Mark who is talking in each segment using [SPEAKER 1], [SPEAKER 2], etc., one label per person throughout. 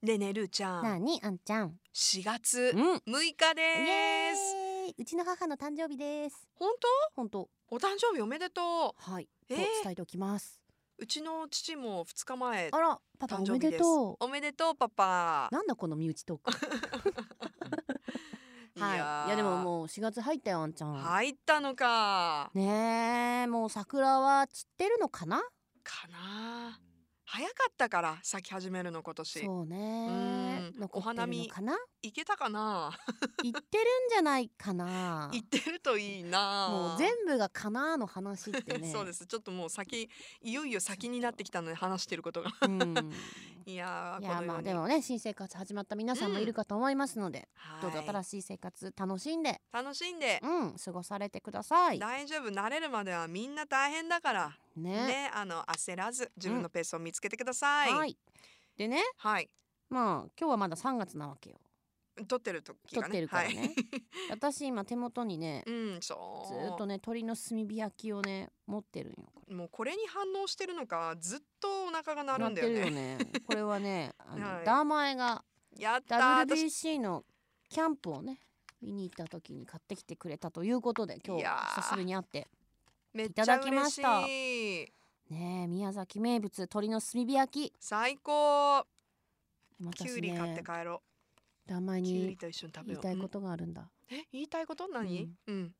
[SPEAKER 1] ねえねえるーちゃ
[SPEAKER 2] なんにあんちゃん。
[SPEAKER 1] 4月
[SPEAKER 2] うん。
[SPEAKER 1] 6日
[SPEAKER 2] イ
[SPEAKER 1] で
[SPEAKER 2] エ
[SPEAKER 1] す
[SPEAKER 2] ーイ。うちの母の誕生日です。
[SPEAKER 1] 本
[SPEAKER 2] 本当。
[SPEAKER 1] 当お誕生日おめでと
[SPEAKER 2] はい。
[SPEAKER 1] えー
[SPEAKER 2] と伝えておきます。
[SPEAKER 1] ううちの父も2日前
[SPEAKER 2] あら、パパ
[SPEAKER 1] 誕
[SPEAKER 2] お
[SPEAKER 1] 生
[SPEAKER 2] め
[SPEAKER 1] 日
[SPEAKER 2] で
[SPEAKER 1] です
[SPEAKER 2] とう。
[SPEAKER 1] おめでとうパパ
[SPEAKER 2] なんだこの身内トーク。
[SPEAKER 1] い
[SPEAKER 2] はい。いやでももう4月入ったよあんちゃん。
[SPEAKER 1] 入ったのか
[SPEAKER 2] ねえ、もう桜は散ってるのかな。
[SPEAKER 1] かな早かったから咲き始めるの今年
[SPEAKER 2] そうね
[SPEAKER 1] う。ん
[SPEAKER 2] 残ってるのかな。
[SPEAKER 1] いけたかな
[SPEAKER 2] 行ってるんじゃないかな。
[SPEAKER 1] 行ってると いいな
[SPEAKER 2] もう全部がかなの話って ね。。
[SPEAKER 1] そうですすちょっともう先いよいよ先になってきたので話してることが
[SPEAKER 2] ん。
[SPEAKER 1] いやー
[SPEAKER 2] い
[SPEAKER 1] こ
[SPEAKER 2] や
[SPEAKER 1] のよ
[SPEAKER 2] ま
[SPEAKER 1] う
[SPEAKER 2] あ
[SPEAKER 1] に
[SPEAKER 2] でもね新生活始まった皆さんもいるかと思いますので、
[SPEAKER 1] はい
[SPEAKER 2] どうぞ新しい生活楽しんで、
[SPEAKER 1] 楽しんで
[SPEAKER 2] うん、過ごされてください。ね
[SPEAKER 1] 大丈夫慣れるまではみんな大変だから
[SPEAKER 2] ね
[SPEAKER 1] ねあの焦らず自分のペースを見つけてください、
[SPEAKER 2] は
[SPEAKER 1] はい
[SPEAKER 2] い。でね、まあ今日はまだ3月なわけよ。
[SPEAKER 1] 撮ってる時
[SPEAKER 2] 撮
[SPEAKER 1] がね
[SPEAKER 2] ってるから
[SPEAKER 1] はい
[SPEAKER 2] ね。私今手元にね、
[SPEAKER 1] うんそ
[SPEAKER 2] ず
[SPEAKER 1] う
[SPEAKER 2] ーっとね鳥の炭火焼きをね持ってるんよ。これ
[SPEAKER 1] もうこれに反応してるのかずっとお腹が鳴るんだよ
[SPEAKER 2] 鳴って
[SPEAKER 1] ね
[SPEAKER 2] るよね。これ はね、あの、
[SPEAKER 1] はい
[SPEAKER 2] ダーマエが
[SPEAKER 1] やったー私
[SPEAKER 2] WBC のキャンプをね見に行った時に買ってきてくれたということで
[SPEAKER 1] い
[SPEAKER 2] 今日
[SPEAKER 1] やー
[SPEAKER 2] 久しぶりに会って。
[SPEAKER 1] めっ
[SPEAKER 2] い
[SPEAKER 1] ちゃ
[SPEAKER 2] ただきました
[SPEAKER 1] 嬉しい
[SPEAKER 2] ねえ宮崎名物鶏の炭火焼き
[SPEAKER 1] 最高
[SPEAKER 2] 私
[SPEAKER 1] き
[SPEAKER 2] ね
[SPEAKER 1] ゅうり買って帰ろ
[SPEAKER 2] 名前
[SPEAKER 1] うきゅう
[SPEAKER 2] に
[SPEAKER 1] りと一緒に食べ
[SPEAKER 2] 言い
[SPEAKER 1] よう
[SPEAKER 2] たいことがあるんだ、
[SPEAKER 1] うんえ言いたいこと何うん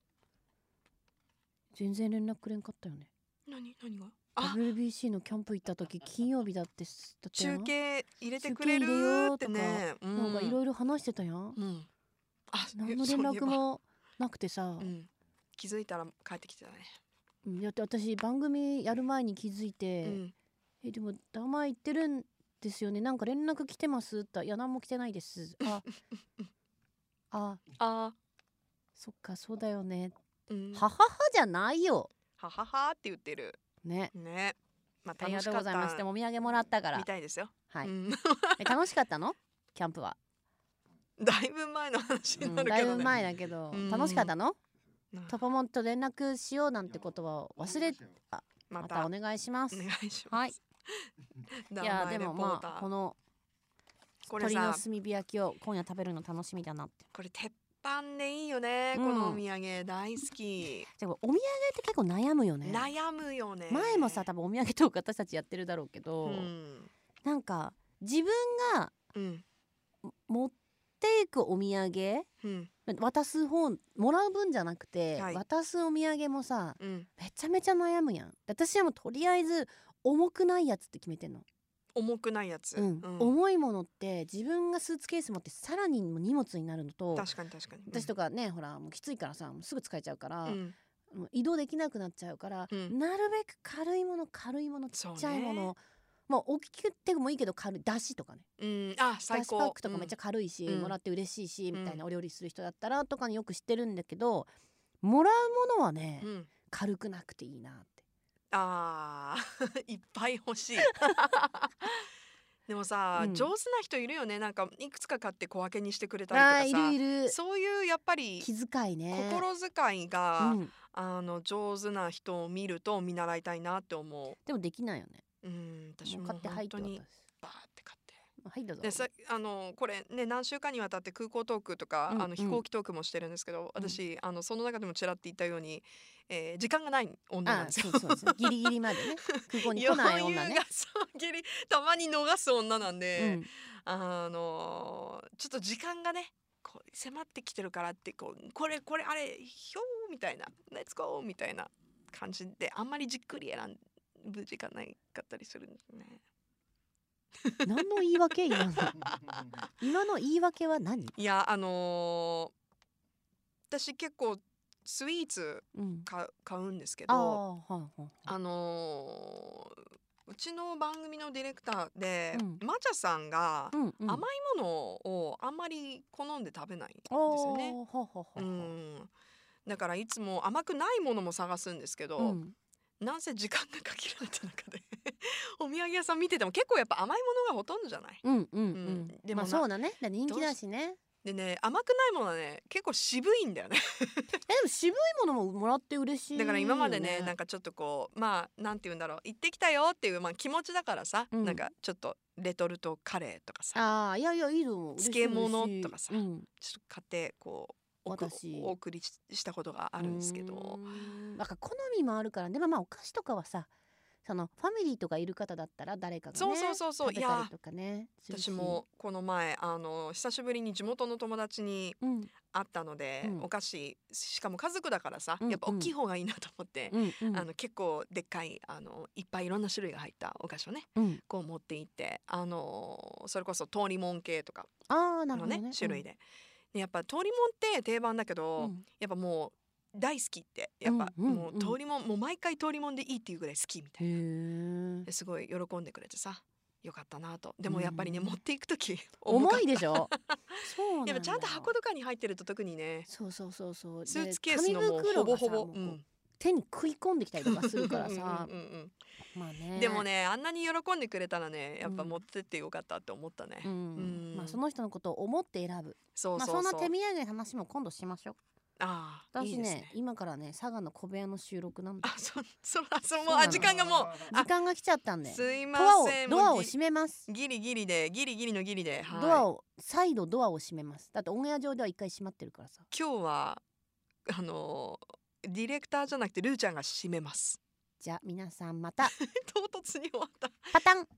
[SPEAKER 2] 全然連絡くれんかったよね
[SPEAKER 1] 何何があ
[SPEAKER 2] WBC のキャンプ行った時金曜日だってすだったや
[SPEAKER 1] 中
[SPEAKER 2] ん
[SPEAKER 1] 継入れてくれるーってねう
[SPEAKER 2] なんかいろいろ話してたやん、
[SPEAKER 1] うんあ
[SPEAKER 2] 何の
[SPEAKER 1] そ
[SPEAKER 2] 連
[SPEAKER 1] ういえば
[SPEAKER 2] 絡もなくてさ、
[SPEAKER 1] うん、気づいたら帰ってきてたね、
[SPEAKER 2] うんだって私番組やる前に気づいて、
[SPEAKER 1] うん、
[SPEAKER 2] えでも名前言ってるんですよねなんか連絡来てますって言ったらいや何も来てな いですああ
[SPEAKER 1] あ
[SPEAKER 2] そっかそうだよね、
[SPEAKER 1] ー、うん、
[SPEAKER 2] はは
[SPEAKER 1] は
[SPEAKER 2] はじゃないよ
[SPEAKER 1] ははって言ってる
[SPEAKER 2] ね
[SPEAKER 1] ねまあ
[SPEAKER 2] あり
[SPEAKER 1] 楽し
[SPEAKER 2] がとう
[SPEAKER 1] か
[SPEAKER 2] ご
[SPEAKER 1] った
[SPEAKER 2] ざいます。でもお土産もらったから
[SPEAKER 1] み。たいですよ、
[SPEAKER 2] はい、
[SPEAKER 1] うん
[SPEAKER 2] え楽しかったの？キャンプは。
[SPEAKER 1] だいぶ前の話
[SPEAKER 2] う
[SPEAKER 1] に
[SPEAKER 2] ん
[SPEAKER 1] なる
[SPEAKER 2] だ
[SPEAKER 1] け
[SPEAKER 2] い
[SPEAKER 1] ど
[SPEAKER 2] ぶ
[SPEAKER 1] ね、
[SPEAKER 2] 前だけど、
[SPEAKER 1] うん
[SPEAKER 2] 楽しかったの？
[SPEAKER 1] うん
[SPEAKER 2] トポモンと連絡しようなんてことは忘れ
[SPEAKER 1] ま
[SPEAKER 2] ま
[SPEAKER 1] た
[SPEAKER 2] た
[SPEAKER 1] お
[SPEAKER 2] お願いします。
[SPEAKER 1] 願いします、
[SPEAKER 2] はい、
[SPEAKER 1] 名
[SPEAKER 2] いや
[SPEAKER 1] 前
[SPEAKER 2] で
[SPEAKER 1] で
[SPEAKER 2] も
[SPEAKER 1] ポー
[SPEAKER 2] ま
[SPEAKER 1] ター
[SPEAKER 2] あこの
[SPEAKER 1] これ
[SPEAKER 2] 鳥の
[SPEAKER 1] さ
[SPEAKER 2] 炭火焼きを今夜食べるの楽しみだなって。
[SPEAKER 1] これ鉄板でいいよね、
[SPEAKER 2] うん
[SPEAKER 1] このお土産大好き、
[SPEAKER 2] でもお土産って結構悩むよね。
[SPEAKER 1] 悩むよね
[SPEAKER 2] 前もさ多分お土産とか私たちやってるだろうけ
[SPEAKER 1] う
[SPEAKER 2] ど、
[SPEAKER 1] ん、
[SPEAKER 2] なんか自分が
[SPEAKER 1] うん
[SPEAKER 2] 持っていくお土産
[SPEAKER 1] うん
[SPEAKER 2] 渡す方もらう分じゃなくて、
[SPEAKER 1] はい
[SPEAKER 2] 渡すお土産もさ
[SPEAKER 1] うん、
[SPEAKER 2] めちゃめちゃ悩むやん私はもうとりあえず重くないやつって決めてんの、
[SPEAKER 1] 重くないやつ、
[SPEAKER 2] うん重いものって自分がスーツケース持ってさらにもう荷物になるのと
[SPEAKER 1] 確かに確かに
[SPEAKER 2] 私とかねほらもうきついからさもうすぐ使えちゃうから、
[SPEAKER 1] うん
[SPEAKER 2] もう移動できなくなっちゃうから、
[SPEAKER 1] うん
[SPEAKER 2] なるべく軽いもの軽いものち
[SPEAKER 1] そうね
[SPEAKER 2] っちゃいもの、まあ大きくてもいいけど軽いだしとかね
[SPEAKER 1] うん、あ
[SPEAKER 2] だ
[SPEAKER 1] 最
[SPEAKER 2] し
[SPEAKER 1] 高
[SPEAKER 2] パックとかめっちゃ軽いし、
[SPEAKER 1] うん
[SPEAKER 2] もらって嬉しいし、
[SPEAKER 1] うん
[SPEAKER 2] みたいなお料理する人だったらとかによく知ってるんだけどもらうものはね、
[SPEAKER 1] うん、うん
[SPEAKER 2] 軽くなくていいなって。
[SPEAKER 1] あ ーいっぱい欲しい でもさ、
[SPEAKER 2] うん
[SPEAKER 1] 上手な人いるよねなんかいくつか買って小分けにしてくれた
[SPEAKER 2] あー
[SPEAKER 1] り
[SPEAKER 2] い
[SPEAKER 1] とかさ
[SPEAKER 2] るいる
[SPEAKER 1] そういうやっぱり
[SPEAKER 2] 気遣いね
[SPEAKER 1] 心遣いが、
[SPEAKER 2] うん、
[SPEAKER 1] あの上手な人を見ると見習いたいなって思
[SPEAKER 2] でもできないよね
[SPEAKER 1] ううん私
[SPEAKER 2] もう
[SPEAKER 1] も
[SPEAKER 2] 買って入
[SPEAKER 1] 本
[SPEAKER 2] って
[SPEAKER 1] 当
[SPEAKER 2] 渡
[SPEAKER 1] に
[SPEAKER 2] す
[SPEAKER 1] バーって買って
[SPEAKER 2] はいどうぞ
[SPEAKER 1] でさあのこれね何週間にわたって空港トークとか、
[SPEAKER 2] うん
[SPEAKER 1] あの飛行機トークもしてるんですけど、私あのその中でもちらって言ったように、えー時間がない女なん
[SPEAKER 2] あ
[SPEAKER 1] ですよ
[SPEAKER 2] そうそ うそうギリギリまでね空港に来ない女
[SPEAKER 1] 余裕
[SPEAKER 2] ね
[SPEAKER 1] がそうぎりたまに逃す女なん
[SPEAKER 2] う
[SPEAKER 1] で、
[SPEAKER 2] ん、
[SPEAKER 1] あのーちょっと時間がねこう迫ってきてるからってこうこれこれあれひょーみたいな「レッツゴー!」みたいな感じであんまりじっくり選ぶ時間ないかったりするんですね。
[SPEAKER 2] 何の言い訳今の今の言い訳は何、
[SPEAKER 1] いやあのー私結構スイーツ
[SPEAKER 2] うん、
[SPEAKER 1] 買う買うんですけ
[SPEAKER 2] あ
[SPEAKER 1] ど
[SPEAKER 2] あはいはい
[SPEAKER 1] あのーうちの番組のディレクターで、
[SPEAKER 2] うん
[SPEAKER 1] マチャさんが、
[SPEAKER 2] うんうん、
[SPEAKER 1] 甘いものをあんまり好んで食べないんですよね。
[SPEAKER 2] あーはははは
[SPEAKER 1] うんだからいつも甘くないものも探すんですけど、
[SPEAKER 2] うん
[SPEAKER 1] なんせ時間が限られた中で お土産屋さん見てても結構やっぱ甘いものがほとんどじゃない。
[SPEAKER 2] うんうんう
[SPEAKER 1] うん
[SPEAKER 2] ん
[SPEAKER 1] でも
[SPEAKER 2] まあ
[SPEAKER 1] な
[SPEAKER 2] そうだねだって人気だしね
[SPEAKER 1] でね甘くないものはね結構渋いんだよね
[SPEAKER 2] えでも渋いものももらって嬉しいよ、
[SPEAKER 1] だから今までねなんかちょっとこうまあなんて言うんだろう行ってきたよっていう、まあ、気持ちだからさ、
[SPEAKER 2] うん
[SPEAKER 1] なんかちょっとレトルトカレーとかさ
[SPEAKER 2] ああいやいやいいと思う嬉しい
[SPEAKER 1] 漬物
[SPEAKER 2] 嬉しい
[SPEAKER 1] とかさ
[SPEAKER 2] うん、
[SPEAKER 1] ちょっと買ってこうおく
[SPEAKER 2] 私
[SPEAKER 1] お送りししたことがあるんですけ
[SPEAKER 2] う
[SPEAKER 1] ど
[SPEAKER 2] ーんなんか好みもあるからでもまあお菓子とかはさそのファミリーとかいる方だったら誰かがね
[SPEAKER 1] そうそうそうそう
[SPEAKER 2] 食べたりとかねするし
[SPEAKER 1] 私もこの前あの久しぶりに地元の友達に
[SPEAKER 2] うん
[SPEAKER 1] 会ったので、
[SPEAKER 2] うん
[SPEAKER 1] お菓子しかも家族だからさ、
[SPEAKER 2] うんうん
[SPEAKER 1] やっぱ大きい方がいいなと思って、
[SPEAKER 2] うんうん
[SPEAKER 1] あの結構でっかいあのいっぱいいろんな種類が入ったお菓子をね
[SPEAKER 2] うん
[SPEAKER 1] こう持って行ってあのそれこそ通りもん系とか
[SPEAKER 2] ああな
[SPEAKER 1] あの
[SPEAKER 2] るほど
[SPEAKER 1] ね
[SPEAKER 2] ね
[SPEAKER 1] 種類で。でやっぱ通りもんって定番だけ
[SPEAKER 2] う
[SPEAKER 1] ど、
[SPEAKER 2] ん
[SPEAKER 1] やっぱもう大好きってやっぱ
[SPEAKER 2] うんうん
[SPEAKER 1] もう
[SPEAKER 2] うん
[SPEAKER 1] 通りもん、もう毎回通りもんでいいっていうぐらい好きみた
[SPEAKER 2] う、
[SPEAKER 1] いなん
[SPEAKER 2] へえ
[SPEAKER 1] ですごい喜んでくれてさよかったなとでもやっぱりね、
[SPEAKER 2] うん
[SPEAKER 1] 持っていく時重か
[SPEAKER 2] 重
[SPEAKER 1] っ
[SPEAKER 2] いでし ょそうなんだ
[SPEAKER 1] やっぱちゃんと箱とかに入ってると特にね
[SPEAKER 2] そうそうそうそう
[SPEAKER 1] スー
[SPEAKER 2] で
[SPEAKER 1] ツケースのもうほぼほぼ、
[SPEAKER 2] 紙袋がさもう
[SPEAKER 1] う、
[SPEAKER 2] こうん手に食い込んできたりとかするから さ
[SPEAKER 1] うんうんうん
[SPEAKER 2] まあ
[SPEAKER 1] うん
[SPEAKER 2] ね
[SPEAKER 1] でもねあんなに喜んでくれたらねやっぱ
[SPEAKER 2] うん
[SPEAKER 1] 持ってってよかったって思ったね、
[SPEAKER 2] うん
[SPEAKER 1] うん
[SPEAKER 2] まあその人のことを思って選ぶ
[SPEAKER 1] そう
[SPEAKER 2] ま
[SPEAKER 1] そ
[SPEAKER 2] あ
[SPEAKER 1] う
[SPEAKER 2] そ
[SPEAKER 1] そう、
[SPEAKER 2] んな手土産の話も今度しましょう
[SPEAKER 1] ああい
[SPEAKER 2] 私
[SPEAKER 1] い
[SPEAKER 2] ね
[SPEAKER 1] ですね
[SPEAKER 2] 今からね佐賀の小部屋の収録なんだ
[SPEAKER 1] あそ そあそう
[SPEAKER 2] そう
[SPEAKER 1] もう
[SPEAKER 2] な
[SPEAKER 1] あ
[SPEAKER 2] の
[SPEAKER 1] 時間がもう
[SPEAKER 2] 時間が来ちゃったんです
[SPEAKER 1] いま
[SPEAKER 2] ドアを
[SPEAKER 1] せん
[SPEAKER 2] ドア
[SPEAKER 1] も
[SPEAKER 2] を
[SPEAKER 1] うぎ
[SPEAKER 2] 閉めます
[SPEAKER 1] ギリギリでギリギリのギリで、はい、
[SPEAKER 2] ドアを再度ドアを閉めますだってオンエア上では一回閉まってるからさ
[SPEAKER 1] 今日はあのーディレクターじゃなくてルーちゃんが締めます
[SPEAKER 2] じゃあ皆さんまた
[SPEAKER 1] 唐突に終わった
[SPEAKER 2] パタン